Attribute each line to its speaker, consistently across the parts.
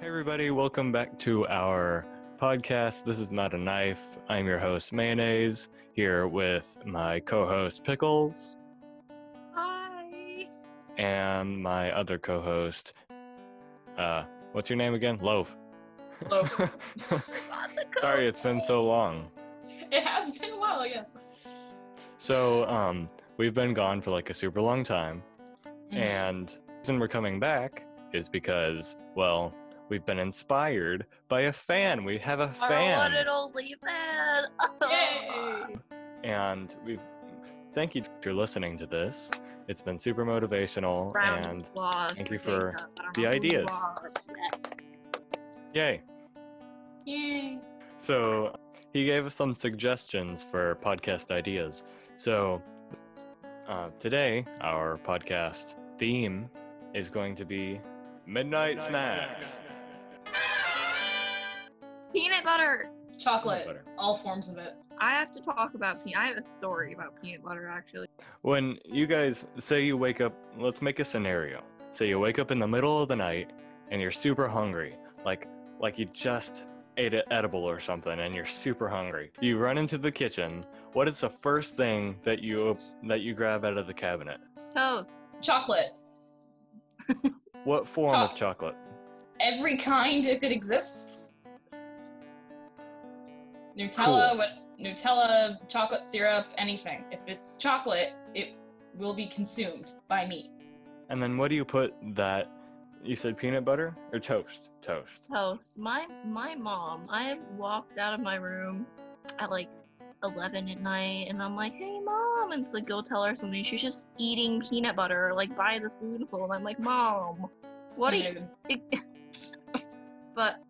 Speaker 1: Hey, everybody, welcome back to our podcast. This is Not a Knife. I'm your host, Mayonnaise, here with my co host, Pickles,
Speaker 2: Hi.
Speaker 1: and my other co host, uh, what's your name again? Loaf.
Speaker 2: Loaf.
Speaker 1: Sorry, it's been so long.
Speaker 2: It has been a while, yes.
Speaker 1: So, um, we've been gone for like a super long time,
Speaker 2: Mhm.
Speaker 1: and the reason we're coming back is because, well, we've been inspired by a fan. We have a fan.
Speaker 3: Our one and only fan.
Speaker 2: Yay!
Speaker 1: and we thank you for listening to this. It's been super motivational,
Speaker 3: Round
Speaker 1: and
Speaker 3: of applause.
Speaker 1: thank you
Speaker 3: to
Speaker 1: for
Speaker 3: Jacob. I don't
Speaker 1: the
Speaker 3: know who you
Speaker 1: ideas.
Speaker 3: are, but
Speaker 1: yay!
Speaker 2: Yay!
Speaker 1: So he gave us some suggestions for podcast ideas. So uh, today, our podcast theme is going to be midnight snacks.
Speaker 3: Peanut butter.
Speaker 2: Chocolate.
Speaker 1: Peanut butter.
Speaker 2: All forms of it.
Speaker 3: I have to talk about peanut. I have a story about peanut butter actually.
Speaker 1: When you guys say you wake up, let's make a scenario. Say you wake up in the middle of the night and you're super hungry, like like you just ate an edible or something, and you're super hungry. You run into the kitchen. What is the first thing that you op- that you grab out of the cabinet?
Speaker 3: Toast.
Speaker 2: Chocolate.
Speaker 1: What form of
Speaker 2: Oh.
Speaker 1: chocolate?
Speaker 2: Every kind, if it exists. Nutella,
Speaker 1: Cool.
Speaker 2: what? Nutella, chocolate syrup, anything. If it's chocolate, it will be consumed by me.
Speaker 1: And then what do you put that? You said peanut butter or toast? Toast.
Speaker 3: Toast. My my mom. I walked out of my room at like eleven at night, and I'm like, "Hey, mom!" And it's like, "Go tell her something." She's just eating peanut butter, like by the spoonful, and I'm like, "Mom, what are you
Speaker 2: Dude.
Speaker 3: But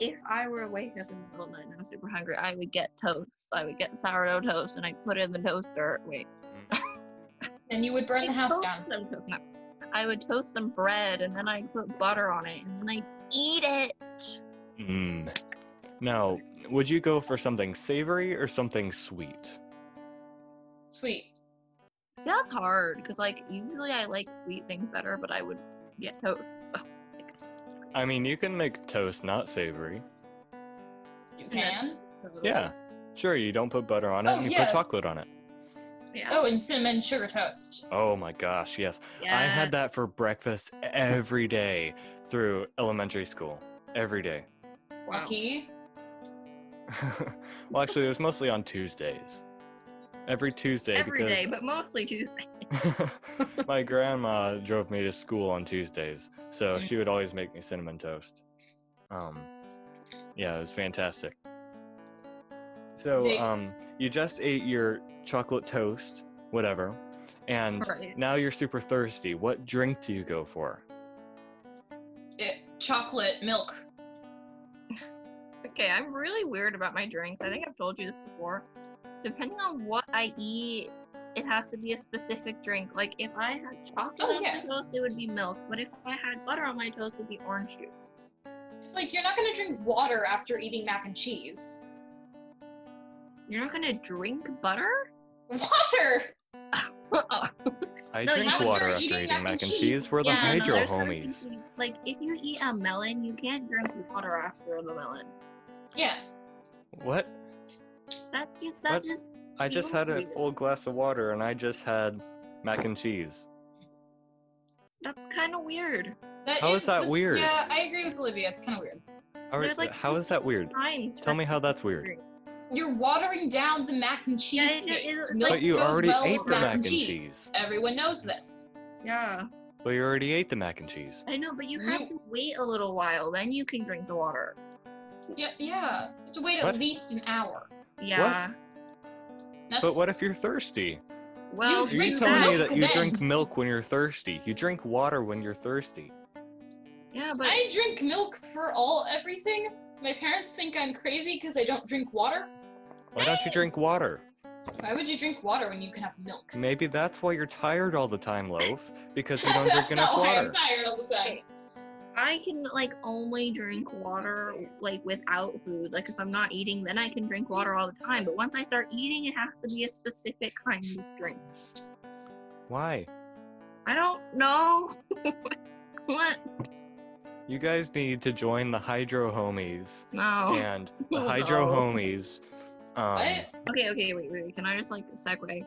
Speaker 3: if I were awake up in the middle of the night and I was super hungry, I would get toast. I would get sourdough toast and I'd put it in the toaster. Wait.
Speaker 2: And you would burn the
Speaker 3: I'd
Speaker 2: house
Speaker 3: toast
Speaker 2: down.
Speaker 3: some toast- no. I would toast some bread and then I'd put butter on it and then I'd eat it.
Speaker 1: Mm. Now, would you go for something savory or something sweet?
Speaker 2: Sweet.
Speaker 3: See, that's hard because, like, usually I like sweet things better, but I would get toast. So.
Speaker 1: I mean, you can make toast not savory.
Speaker 2: You
Speaker 3: And that's
Speaker 2: can.
Speaker 3: toast.
Speaker 1: Yeah, sure. You don't put butter on it,
Speaker 2: Oh,
Speaker 1: and you
Speaker 2: yeah.
Speaker 1: put chocolate on it.
Speaker 3: Yeah.
Speaker 2: Oh, and cinnamon sugar toast.
Speaker 1: Oh my gosh, yes. I
Speaker 3: Yes.
Speaker 1: had that for breakfast every day through elementary school. Every day.
Speaker 3: Wow.
Speaker 2: Lucky.
Speaker 1: well, actually, it was mostly on Tuesdays. Every Tuesday
Speaker 3: Every
Speaker 1: because
Speaker 3: day, but mostly Tuesday.
Speaker 1: my grandma drove me to school on Tuesdays, so
Speaker 2: Mm.
Speaker 1: she would always make me cinnamon toast. Um, yeah, it was fantastic. So
Speaker 2: They-
Speaker 1: um, you just ate your chocolate toast, whatever, and
Speaker 3: Right.
Speaker 1: now you're super thirsty. What drink do you go for?
Speaker 2: It, chocolate milk.
Speaker 3: Okay, I'm really weird about my drinks. I think I've told you this before. Depending on what I eat, it has to be a specific drink. Like if I had chocolate
Speaker 2: Oh,
Speaker 3: on
Speaker 2: yeah.
Speaker 3: my toast, it would be milk. But if I had butter on my toast, it would be orange juice.
Speaker 2: It's like you're not gonna drink water after eating mac and cheese.
Speaker 3: You're not gonna drink butter?
Speaker 2: Water.
Speaker 3: Oh.
Speaker 1: I
Speaker 3: No, you
Speaker 1: drink
Speaker 3: have to
Speaker 1: water
Speaker 2: drink
Speaker 1: after
Speaker 2: eating
Speaker 1: eating
Speaker 2: mac
Speaker 1: mac and
Speaker 2: and
Speaker 1: cheese.
Speaker 2: cheese.
Speaker 1: We're the
Speaker 2: Yeah, no,
Speaker 1: hydro
Speaker 3: there's certain
Speaker 1: homies.
Speaker 3: things you- Like if you eat a melon, you can't drink water after the melon.
Speaker 2: Yeah.
Speaker 1: What?
Speaker 3: That just that
Speaker 1: What?
Speaker 3: just
Speaker 1: I just had a
Speaker 3: Ew.
Speaker 1: full glass of water, and I just had mac and cheese.
Speaker 3: that's kind of weird.
Speaker 2: That
Speaker 1: How is that
Speaker 2: that's-
Speaker 1: weird?
Speaker 2: Yeah, I agree with Olivia. It's kind of weird.
Speaker 1: How, are-
Speaker 3: There's, like,
Speaker 1: how is that weird?
Speaker 3: Times.
Speaker 1: Tell me
Speaker 3: that's
Speaker 1: how that's weird.
Speaker 3: drink.
Speaker 2: You're watering down the mac and
Speaker 3: Yeah,
Speaker 2: cheese
Speaker 3: it- it-
Speaker 2: taste.
Speaker 3: it's
Speaker 2: Milk
Speaker 1: But you
Speaker 2: goes
Speaker 1: already
Speaker 2: well
Speaker 1: ate
Speaker 2: with
Speaker 1: the mac and cheese.
Speaker 2: Everyone knows this.
Speaker 3: Yeah.
Speaker 1: But you already ate the mac and cheese.
Speaker 3: I know, but you
Speaker 2: You-
Speaker 3: have to wait a little while, then you can drink the water.
Speaker 2: Yeah, yeah. You have to wait
Speaker 1: What?
Speaker 2: at least an hour.
Speaker 3: Yeah.
Speaker 2: That's,
Speaker 1: But what if you're thirsty?
Speaker 3: Well,
Speaker 1: Are
Speaker 2: You
Speaker 1: you
Speaker 2: drink
Speaker 1: telling me
Speaker 2: milk
Speaker 1: that you
Speaker 2: then.
Speaker 1: drink milk when you're thirsty? You drink water when you're thirsty.
Speaker 3: Yeah, but
Speaker 2: I drink milk for all everything. My parents think I'm crazy because I don't drink water.
Speaker 1: Why don't you drink water?
Speaker 2: Why would you drink water when you can have milk?
Speaker 1: Maybe that's why you're tired all the time, Loaf, because you Mm, don't drink
Speaker 2: That's
Speaker 1: enough
Speaker 2: not why I'm
Speaker 1: water.
Speaker 2: tired all the time.
Speaker 3: I can like only drink water like without food. Like if I'm not eating, then I can drink water all the time. But once I start eating, it has to be a specific kind of drink.
Speaker 1: Why?
Speaker 3: I don't know what.
Speaker 1: You guys need to join the Hydro Homies
Speaker 3: Oh, No.
Speaker 1: and the Hydro
Speaker 3: No.
Speaker 1: Homies. Um,
Speaker 2: What?
Speaker 3: Okay, okay, wait, wait, wait. Can I just like segue?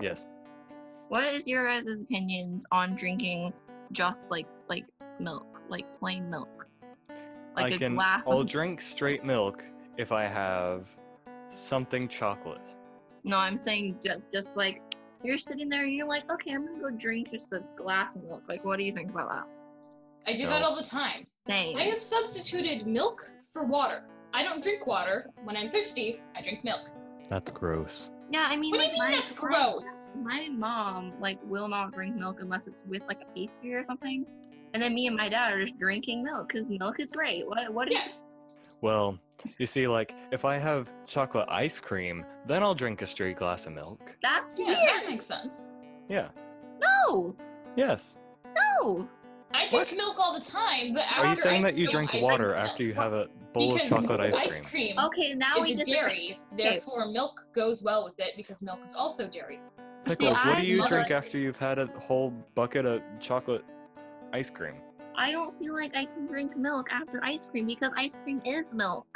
Speaker 1: Yes.
Speaker 3: What is your guys' opinions on drinking just like like milk, like plain milk, like
Speaker 1: I
Speaker 3: a
Speaker 1: can.
Speaker 3: glass
Speaker 1: I'll
Speaker 3: of?
Speaker 1: drink straight milk if I have something chocolate.
Speaker 3: no, I'm saying just just like you're sitting there and you're like, okay, I'm gonna go drink just a glass of milk. Like, what do you think about that?
Speaker 2: I do
Speaker 1: No.
Speaker 2: that all the time.
Speaker 3: Same.
Speaker 2: I have substituted milk for water. I don't drink water. When I'm thirsty, I drink milk.
Speaker 1: That's gross.
Speaker 3: Yeah, I mean,
Speaker 2: What do
Speaker 3: like,
Speaker 2: you mean
Speaker 3: my-
Speaker 2: that's
Speaker 3: my-
Speaker 2: gross?
Speaker 3: My mom like will not drink milk unless it's with like a pastry or something, and then me and my dad are just drinking milk because milk is great. What what is
Speaker 2: Yeah.
Speaker 1: Well, you see, like if I have chocolate ice cream, then I'll drink a straight glass of milk.
Speaker 3: that's
Speaker 2: Yeah,
Speaker 3: weird?
Speaker 2: that makes sense.
Speaker 1: Yeah.
Speaker 3: No,
Speaker 1: Yes.
Speaker 3: no.
Speaker 2: I drink
Speaker 1: What?
Speaker 2: milk all the time, but after
Speaker 1: Are you saying
Speaker 2: I
Speaker 1: that you
Speaker 2: don't,
Speaker 1: drink
Speaker 2: I
Speaker 1: water after
Speaker 2: milk.
Speaker 1: you have a bowl
Speaker 2: because
Speaker 1: of chocolate ice cream?
Speaker 2: cream.
Speaker 3: Okay, now we
Speaker 2: is a
Speaker 3: disagree.
Speaker 2: dairy, therefore milk goes well with it because milk is also dairy.
Speaker 3: See,
Speaker 1: Pickles, what
Speaker 3: I
Speaker 1: do you
Speaker 3: love-
Speaker 1: drink after you've had a whole bucket of chocolate ice cream?
Speaker 3: I don't feel like I can drink milk after ice cream because ice cream is milk.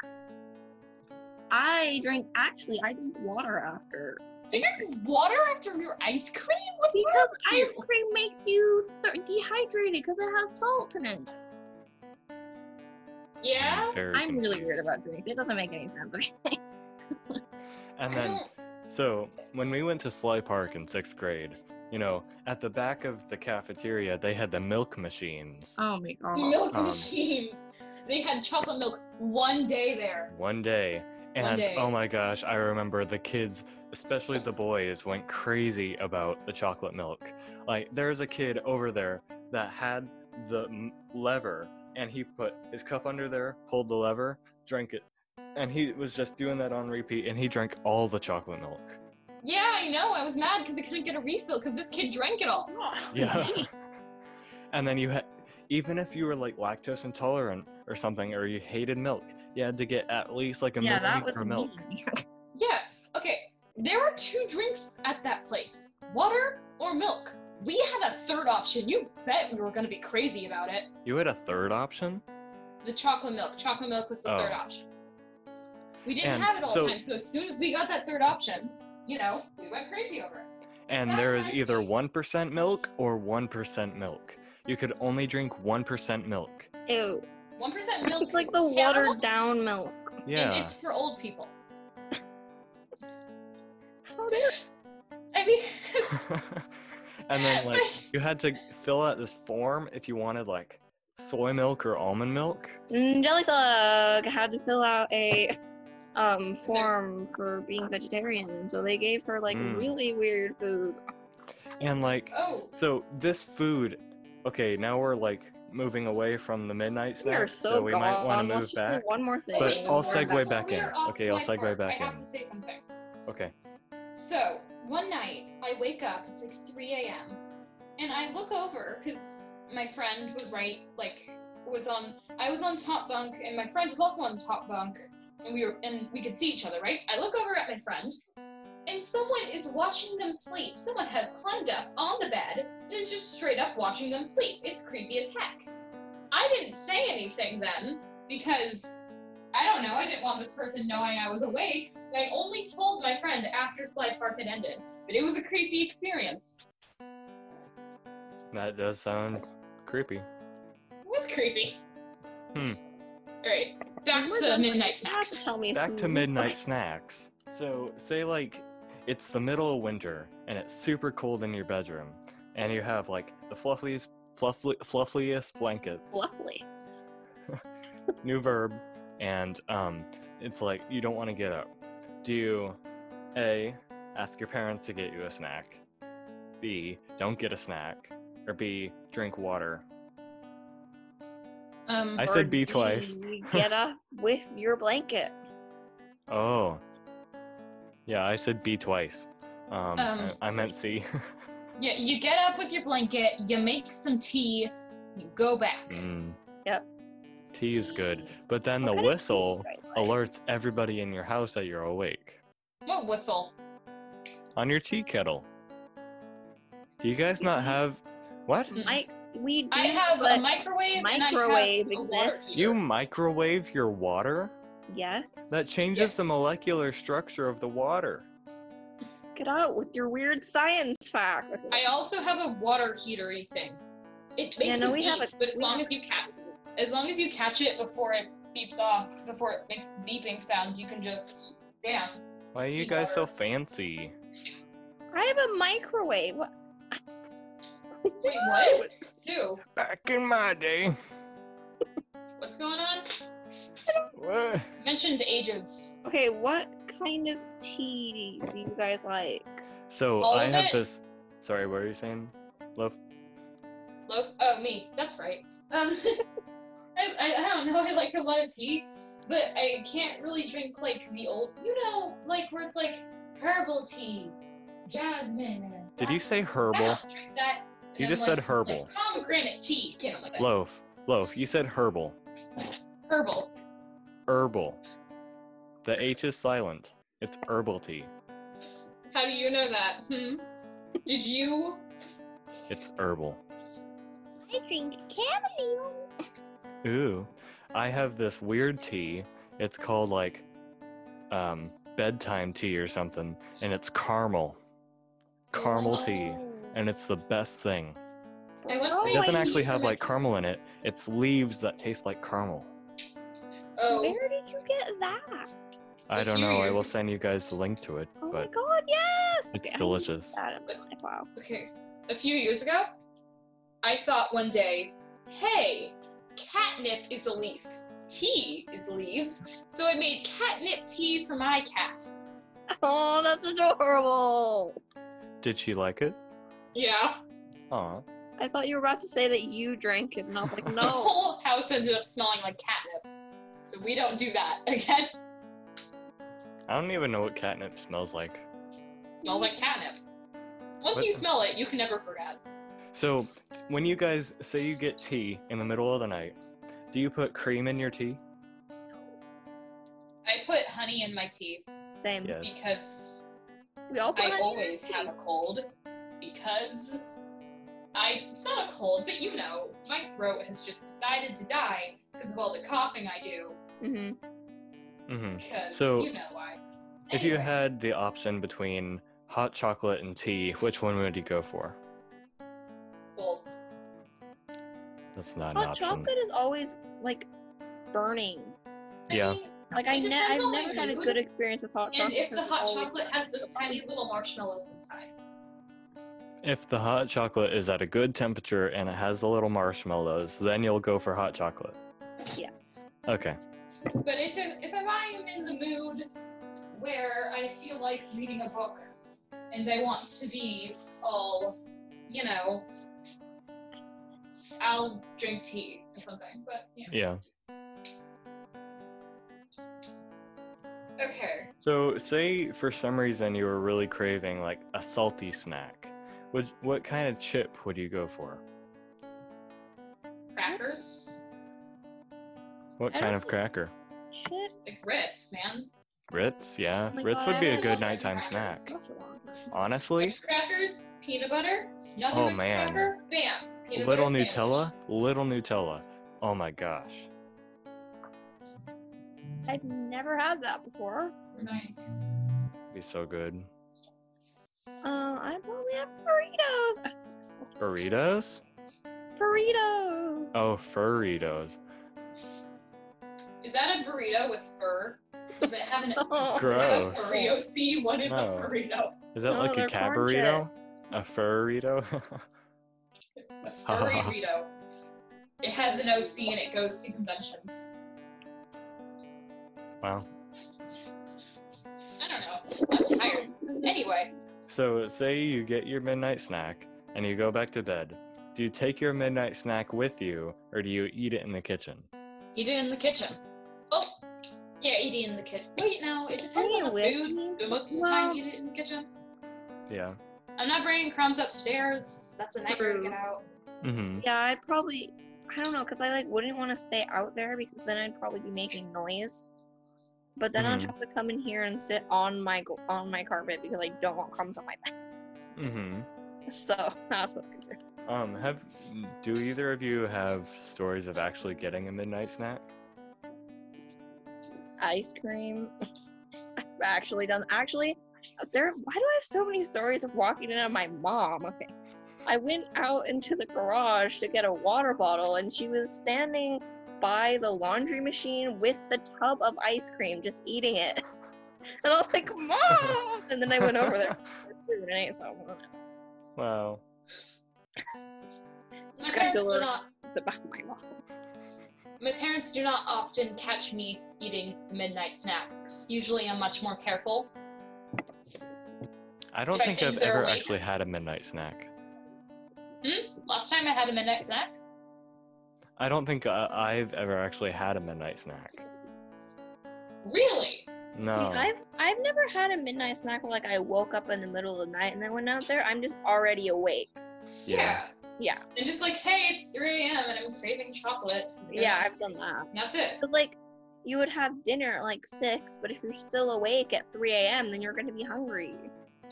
Speaker 3: I drink actually I drink water after
Speaker 2: You drink water after your ice cream? What's wrong
Speaker 3: because
Speaker 2: with you?
Speaker 3: ice cream makes you th- dehydrated because it has salt in it.
Speaker 2: Yeah.
Speaker 1: I'm, very
Speaker 3: I'm really weird
Speaker 1: confused.
Speaker 3: about drinks. It doesn't make any sense. Okay.
Speaker 1: And
Speaker 2: I
Speaker 1: then,
Speaker 2: don't-
Speaker 1: so when we went to Sly Park in sixth grade, you know, at the back of the cafeteria, they had the milk machines.
Speaker 3: Oh my god.
Speaker 2: milk
Speaker 1: um,
Speaker 2: machines. They had chocolate milk one day there.
Speaker 1: One day.
Speaker 2: One
Speaker 1: And
Speaker 2: day.
Speaker 1: oh my gosh, I remember the kids, especially the boys, went crazy about the chocolate milk. Like, there's a kid over there that had the m- lever and he put his cup under there, pulled the lever, drank it. And he was just doing that on repeat and he drank all the chocolate milk.
Speaker 2: Yeah, I know. I was mad because I couldn't get a refill because this kid drank it all.
Speaker 1: Yeah. and then you had, even if you were like lactose intolerant or something, or you hated milk, you had to get at least like a
Speaker 3: yeah, that was
Speaker 1: millimeter of milk.
Speaker 3: me.
Speaker 2: Yeah. Okay. There were two drinks at that place water or milk. We had a third option. You bet we were going to be crazy about it.
Speaker 1: You had a third option?
Speaker 2: The chocolate milk. Chocolate milk was the
Speaker 1: Oh.
Speaker 2: third option. We didn't
Speaker 1: And
Speaker 2: have it all
Speaker 1: so-
Speaker 2: the time. So as soon as we got that third option, you know, we went crazy over it.
Speaker 1: and
Speaker 2: That's
Speaker 1: there is
Speaker 2: what I
Speaker 1: either
Speaker 2: see.
Speaker 1: 1% milk or 1% milk. You could only drink 1% milk.
Speaker 3: Ew.
Speaker 2: 1% milk.
Speaker 3: It's like
Speaker 2: is
Speaker 3: the
Speaker 2: terrible,
Speaker 3: watered down milk.
Speaker 2: And
Speaker 1: Yeah.
Speaker 2: it's for old people. I mean,
Speaker 1: and then like you had to fill out this form if you wanted like soy milk or almond milk.
Speaker 3: Mm, Jelly Slug had to fill out a um form for being vegetarian, so they gave her like
Speaker 1: Mm.
Speaker 3: really weird food.
Speaker 1: And like
Speaker 2: oh,
Speaker 1: so this food okay, now we're like moving away from the midnight
Speaker 3: We are
Speaker 1: snack.
Speaker 3: so,
Speaker 1: we
Speaker 3: gone.
Speaker 1: might want to
Speaker 3: Let's
Speaker 1: move
Speaker 3: just do
Speaker 1: back.
Speaker 3: one more thing.
Speaker 1: But
Speaker 2: wait,
Speaker 1: I'll
Speaker 2: before-
Speaker 1: segue
Speaker 2: before
Speaker 1: back
Speaker 2: we are
Speaker 1: in.
Speaker 2: off
Speaker 1: Okay, I'll
Speaker 2: Slide
Speaker 1: segue
Speaker 2: Park,
Speaker 1: back
Speaker 2: I have
Speaker 1: in.
Speaker 2: to say something.
Speaker 1: Okay.
Speaker 2: So one night I wake up, it's like 3 a.m., and I look over because my friend was right, like was on I was on top bunk and my friend was also on top bunk and we were and we could see each other, right? I look over at my friend and someone is watching them sleep. Someone has climbed up on the bed and is just straight up watching them sleep. It's creepy as heck. I didn't say anything then because I don't know. I didn't want this person knowing I was awake. I only told my friend after Slide Park had ended, but it was a creepy experience.
Speaker 1: That does sound creepy.
Speaker 2: It was creepy.
Speaker 1: Hmm.
Speaker 2: All right, back
Speaker 3: Someone
Speaker 2: to
Speaker 3: doesn't
Speaker 2: midnight
Speaker 3: have to
Speaker 2: snacks.
Speaker 3: tell me
Speaker 1: back to
Speaker 3: who.
Speaker 1: midnight snacks. So, say like it's the middle of winter and it's super cold in your bedroom, and you have like the fluffiest, fluffly, fluffiest blankets.
Speaker 3: Lovely.
Speaker 1: New verb, and um, it's like you don't want to get up. Do you a ask your parents to get you a snack? B don't get a snack, or B drink water.
Speaker 2: Um,
Speaker 1: I
Speaker 3: Or
Speaker 1: said B twice.
Speaker 3: D, Get up with your blanket.
Speaker 1: Oh, yeah, I said B twice. Um, I-
Speaker 2: Um,
Speaker 1: I meant C.
Speaker 2: yeah, you get up with your blanket, you make some tea, you go back.
Speaker 1: Mm.
Speaker 3: Yep.
Speaker 1: Tea is good.
Speaker 3: Tea.
Speaker 1: But then the
Speaker 3: What kind of
Speaker 1: whistle
Speaker 3: food do I like?
Speaker 1: alerts everybody in your house that you're awake
Speaker 2: What whistle?
Speaker 1: on your tea kettle. Do you guys not have. What?
Speaker 2: Mm.
Speaker 3: Mike, we do
Speaker 2: I have
Speaker 3: but
Speaker 2: a microwave.
Speaker 3: microwave
Speaker 2: and I have
Speaker 3: exists.
Speaker 2: A water
Speaker 1: You
Speaker 2: heater.
Speaker 1: microwave your water?
Speaker 3: yes.
Speaker 1: That changes the molecular structure of the water.
Speaker 3: Get out with your weird science fact.
Speaker 2: I also have a water heatery thing. It
Speaker 3: Yeah,
Speaker 2: makes
Speaker 3: no,
Speaker 2: a
Speaker 3: we
Speaker 2: beep,
Speaker 3: have a-
Speaker 2: but as
Speaker 3: we
Speaker 2: long
Speaker 3: have-
Speaker 2: as you catch, as long as you catch it before it beeps off, before it makes the beeping sound, you can just yeah.
Speaker 1: Why are you
Speaker 2: Tea
Speaker 1: guys so
Speaker 2: water.
Speaker 1: fancy?
Speaker 3: I have a microwave. What?
Speaker 2: Wait, what? Ew.
Speaker 1: Back in my day.
Speaker 2: What's going on?
Speaker 1: What?
Speaker 2: Mentioned ages.
Speaker 3: Okay, what kind of tea do you guys like?
Speaker 1: So
Speaker 2: All
Speaker 1: I
Speaker 2: of
Speaker 1: have
Speaker 2: it?
Speaker 1: this. Sorry, what are you saying? Love?
Speaker 2: Look, oh me, that's right. Um, I, I, I don't know. I like a lot of tea, but I can't really drink like the old, you know, like where it's like herbal tea, jasmine. and
Speaker 1: Did you
Speaker 2: black-
Speaker 1: say
Speaker 2: I
Speaker 1: herbal?
Speaker 2: don't drink that. And
Speaker 1: You
Speaker 2: I'm
Speaker 1: just
Speaker 2: like-
Speaker 1: said herbal.
Speaker 2: Like pomegranate tea. You know, like that.
Speaker 1: Loaf. Loaf, you said herbal.
Speaker 2: herbal.
Speaker 1: Herbal. The H is silent. It's herbal tea.
Speaker 2: How do you know that? Hmm? Did you?
Speaker 1: It's herbal.
Speaker 3: I drink chamomile.
Speaker 1: Ooh. I have this weird tea. It's called like um bedtime tea or something. And it's caramel. Caramel tea. And it's the best thing.
Speaker 2: I once
Speaker 3: Oh,
Speaker 1: It
Speaker 2: made
Speaker 1: doesn't
Speaker 2: tea
Speaker 1: actually
Speaker 2: for
Speaker 1: have
Speaker 2: my
Speaker 1: like caramel in it. It's leaves that taste like caramel.
Speaker 2: Oh,
Speaker 3: Where did you get that?
Speaker 1: I
Speaker 2: If
Speaker 1: don't
Speaker 2: you
Speaker 1: know. I
Speaker 2: use-
Speaker 1: will send you guys the link to it,
Speaker 3: Oh my
Speaker 1: but
Speaker 3: god, yes!
Speaker 1: it's
Speaker 3: Okay, I need
Speaker 1: delicious.
Speaker 3: That in my life. Wow.
Speaker 2: okay. A few years ago, I thought one day, hey, catnip is a leaf. Tea is leaves. So I made catnip tea for my cat.
Speaker 3: Oh, that's adorable.
Speaker 1: Did she like it?
Speaker 2: Yeah.
Speaker 1: Aw.
Speaker 3: I thought you were about to say that you drank it, and I was like,
Speaker 2: The
Speaker 3: no.
Speaker 2: whole house ended up smelling like catnip. So we don't do that again.
Speaker 1: I don't even know what catnip smells like.
Speaker 2: Smell like catnip. Once
Speaker 1: What
Speaker 2: you
Speaker 1: the-
Speaker 2: smell it, you can never forget.
Speaker 1: So, when you guys say you get tea in the middle of the night, do you put cream in your tea?
Speaker 2: I put honey in my tea
Speaker 3: Same.
Speaker 1: Yes.
Speaker 2: because
Speaker 3: We all put
Speaker 2: I
Speaker 3: honey in
Speaker 2: always
Speaker 3: tea.
Speaker 2: have a cold because I it's not a cold, but you know, my throat has just decided to die because of all the coughing I do.
Speaker 3: Mhm.
Speaker 1: hmm
Speaker 2: Because
Speaker 1: So,
Speaker 2: you know why.
Speaker 1: If you
Speaker 2: Anyway,
Speaker 1: had the option between hot chocolate and tea, which one would you go for?
Speaker 2: both.
Speaker 1: That's not an
Speaker 3: Hot
Speaker 1: option.
Speaker 3: chocolate is always like burning.
Speaker 2: I
Speaker 1: Yeah.
Speaker 2: mean,
Speaker 3: Like I
Speaker 2: It
Speaker 3: ne-
Speaker 2: depends
Speaker 3: I've
Speaker 2: on my
Speaker 3: never had a
Speaker 2: mood.
Speaker 3: good experience with hot
Speaker 2: and
Speaker 3: chocolate.
Speaker 2: if the
Speaker 3: 'cause it's
Speaker 2: hot
Speaker 3: always
Speaker 2: chocolate has those
Speaker 3: burning.
Speaker 2: tiny little marshmallows inside.
Speaker 1: If the hot chocolate is at a good temperature and it has the little marshmallows, then you'll go for hot chocolate.
Speaker 3: Yeah.
Speaker 1: Okay.
Speaker 2: But if it, if I am in the mood where I feel like reading a book and I want to be all, you know, I'll drink tea or something. But yeah.
Speaker 1: Yeah.
Speaker 2: Okay.
Speaker 1: So, say for some reason you were really craving like a salty snack, would what kind of chip would you go for?
Speaker 2: Crackers.
Speaker 1: What
Speaker 3: I
Speaker 1: kind
Speaker 3: don't
Speaker 1: of
Speaker 3: know.
Speaker 1: cracker?
Speaker 3: Shit.
Speaker 2: Like Ritz, man.
Speaker 1: Ritz, yeah.
Speaker 3: Oh my
Speaker 1: Ritz
Speaker 3: God, I
Speaker 1: would be a
Speaker 2: really
Speaker 1: good
Speaker 2: love
Speaker 1: nighttime snack.
Speaker 2: crackers.
Speaker 3: That's a long time.
Speaker 1: Honestly,
Speaker 2: Ritz crackers, peanut butter, another
Speaker 1: Oh,
Speaker 2: Ritz
Speaker 1: man.
Speaker 2: cracker, bam. Peanut
Speaker 1: little
Speaker 2: butter sandwich.
Speaker 1: Nutella, little Nutella. Oh my gosh.
Speaker 3: I've never had that before.
Speaker 2: Reminds me.
Speaker 1: Be so good.
Speaker 3: Uh, I probably have burritos.
Speaker 1: Burritos?
Speaker 3: Burritos.
Speaker 1: Oh, furritos.
Speaker 2: Is that a burrito with fur? Does it have an
Speaker 3: Oh.
Speaker 2: does it have
Speaker 1: Gross.
Speaker 2: a burrito? See, what is
Speaker 1: No.
Speaker 2: a burrito?
Speaker 1: Is that
Speaker 3: No,
Speaker 1: like a
Speaker 3: they're
Speaker 1: cat
Speaker 3: corn
Speaker 1: burrito? A furrito?
Speaker 2: A furry burrito. It has an OC and it goes to conventions.
Speaker 1: wow.
Speaker 2: I don't know. I'm tired. Anyway,
Speaker 1: So, say you get your midnight snack and you go back to bed. Do you take your midnight snack with you or do you eat it in the kitchen?
Speaker 2: eat it in the kitchen. Oh, yeah, eat it in the kitchen. Wait, no, it depends
Speaker 3: Eat it
Speaker 2: on the
Speaker 3: with
Speaker 2: food,
Speaker 3: me?
Speaker 2: but most of the time,
Speaker 3: Well-
Speaker 2: eat it in the kitchen.
Speaker 1: Yeah.
Speaker 2: I'm not bringing crumbs upstairs. That's a nightmare to get out.
Speaker 1: Mm-hmm.
Speaker 3: Yeah, I'd probably. I don't know, cause I like wouldn't want to stay out there because then I'd probably be making noise. But then
Speaker 1: Mhm.
Speaker 3: I'd have to come in here and sit on my gl- on my carpet because I don't want crumbs on my back.
Speaker 1: Mm-hmm.
Speaker 3: So that's what I do.
Speaker 1: Um, have do either of you have stories of actually getting a midnight snack?
Speaker 3: Ice cream. I've actually done. Actually, there. Why do I have so many stories of walking in on my mom? Okay. I went out into the garage to get a water bottle, and she was standing by the laundry machine with the tub of ice cream, just eating it. And I was like, "Mom!" And then I went over there. And I ate some.
Speaker 1: Wow.
Speaker 2: My parents do
Speaker 3: Godzilla.
Speaker 2: not.
Speaker 3: It's about my mom.
Speaker 2: My parents do not often catch me eating midnight snacks. Usually, I'm much more careful.
Speaker 1: I don't
Speaker 2: If I
Speaker 1: think,
Speaker 2: think
Speaker 1: I've
Speaker 2: they're
Speaker 1: ever
Speaker 2: awake.
Speaker 1: actually had a midnight snack.
Speaker 2: Last time I had a midnight snack,
Speaker 1: I don't think uh, I've ever actually had a midnight snack.
Speaker 2: really?
Speaker 1: No.
Speaker 3: See, I've I've never had a midnight snack where like I woke up in the middle of the night and then went out there. I'm just already awake.
Speaker 1: Yeah.
Speaker 3: Yeah.
Speaker 2: And just like, hey, it's 3 a.m. and I'm craving chocolate.
Speaker 3: Yeah, I've done that.
Speaker 2: And that's it.
Speaker 3: But like you would have dinner at like six, but if you're still awake at three AM then you're gonna be hungry.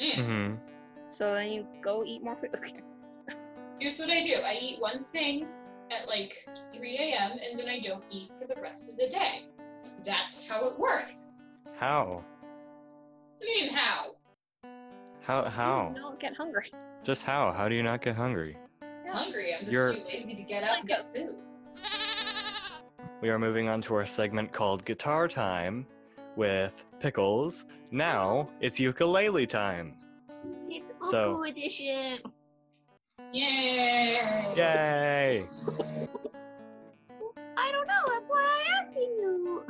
Speaker 2: Mm.
Speaker 1: hmm
Speaker 3: So then you go eat more food. Okay.
Speaker 2: Here's what I do I eat one thing at like 3 a.m. and then I don't eat for the rest of the day. That's how it works.
Speaker 1: How?
Speaker 2: I mean, how?
Speaker 1: How? How?
Speaker 3: You don't get hungry.
Speaker 1: Just how? How do you not get hungry?
Speaker 2: I'm hungry. I'm just
Speaker 1: You're-
Speaker 2: too lazy to get up and get food.
Speaker 1: We are moving on to our segment called Guitar Time with Pickles. Now it's ukulele time.
Speaker 4: It's
Speaker 1: So-
Speaker 4: Uku edition.
Speaker 2: Yay!
Speaker 1: Yay!
Speaker 4: I don't know. That's why I'm asking you.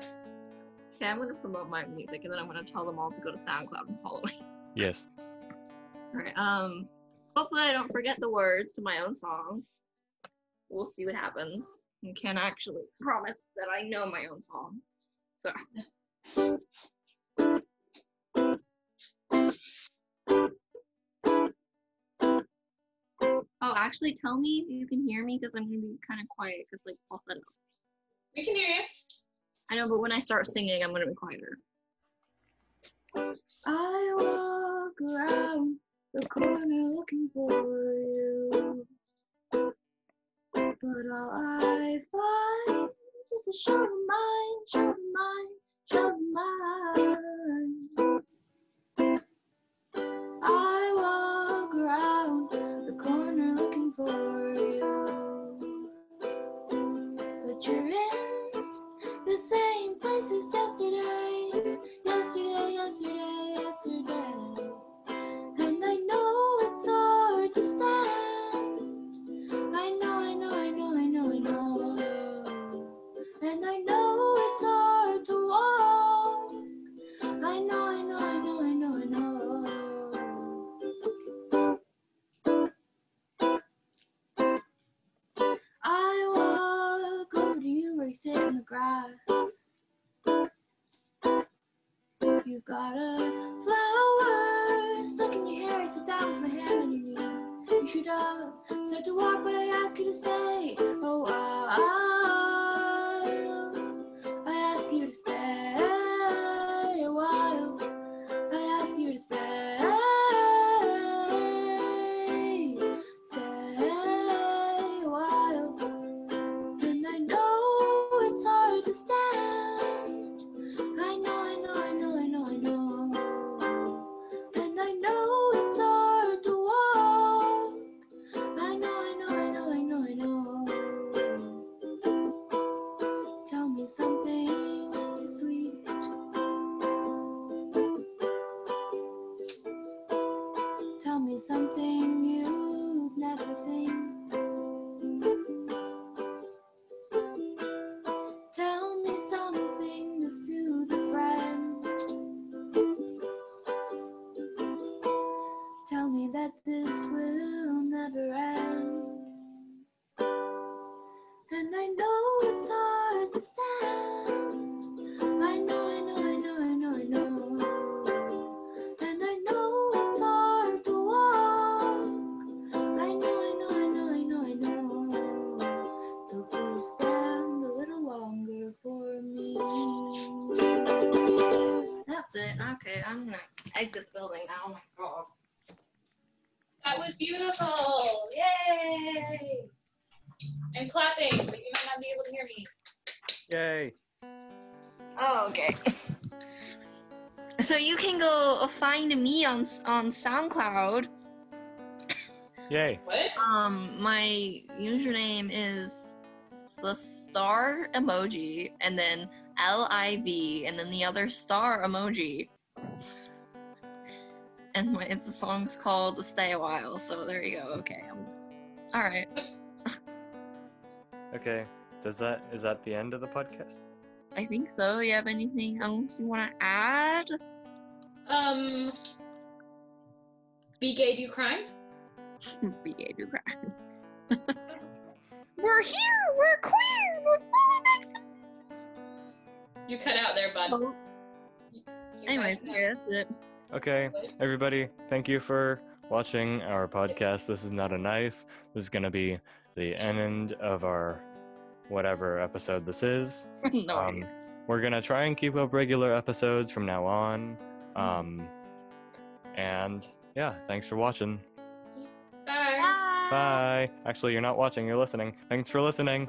Speaker 4: Okay, I'm gonna promote my music and then I'm gonna tell them all to go to SoundCloud and follow me.
Speaker 1: Yes.
Speaker 4: Alright, um, hopefully I don't forget the words to my own song. We'll see what happens. I can't actually promise that I know my own song. So. Oh, actually, tell me if you can hear me because I'm gonna be kind of quiet because like I'll set up.
Speaker 2: We can hear you.
Speaker 4: I know, but when I start singing, I'm gonna be quieter. I walk around the corner looking for you, but all I find is a shove of mine, shove of mine, shove of mine. I walk around the corner looking for you, but you're in the same place as yesterday, yesterday, yesterday, yesterday. And I know it's hard to stand. I know, I know, I know, I know, I know. And I know it's hard to walk. I know, I know, I know, I know, I know. I walk over to you where you sit in the grass. You've got a flower stuck in your hair. I sit down with my hand on your knee. You should uh, up, start to walk, but I ask you to stay. Oh, I, I ask you to stay a while. I ask you to stay. Stay a while. And I know it's hard to stand. I know, I know, I know, I know, I know. And I know it's hard to walk. I know, I know, I know, I know, I know. Tell me something sweet. Tell me something you'd never think. Tell me something to soothe a friend. Tell me that this will never end. And I know it's hard to stand. I know, I know, I know, I know, I know. And I know it's hard to walk.
Speaker 2: Oh my god. That was beautiful. Yay! I'm clapping, but you might not be able to hear me.
Speaker 1: Yay.
Speaker 3: Oh, okay. So you can go find me on s- on SoundCloud.
Speaker 1: Yay.
Speaker 2: What?
Speaker 3: Um, my username is the star emoji, and then L I V, and then the other star emoji. And my, it's the song's called "Stay a While." So there you go. Okay. I'm, all right.
Speaker 1: Okay. Does that is that the end of the podcast?
Speaker 5: I think so. You have anything else you want to add?
Speaker 2: Um. Be gay, do crime?
Speaker 5: Be gay, do crime. we're here. We're queer. We're fully vaccinated.
Speaker 2: You cut out there, bud.
Speaker 5: Oh.
Speaker 2: You- you
Speaker 5: Anyways,
Speaker 2: guys know.
Speaker 5: yeah, that's it.
Speaker 1: Okay. Everybody, thank you for watching our podcast. This is not a knife. This is going to be the end of our whatever episode this is.
Speaker 5: no.
Speaker 1: Um, we're going to try and keep up regular episodes from now on. Um, and yeah, thanks for watching.
Speaker 2: Bye.
Speaker 1: Bye. Actually, you're not watching, you're listening. Thanks for listening.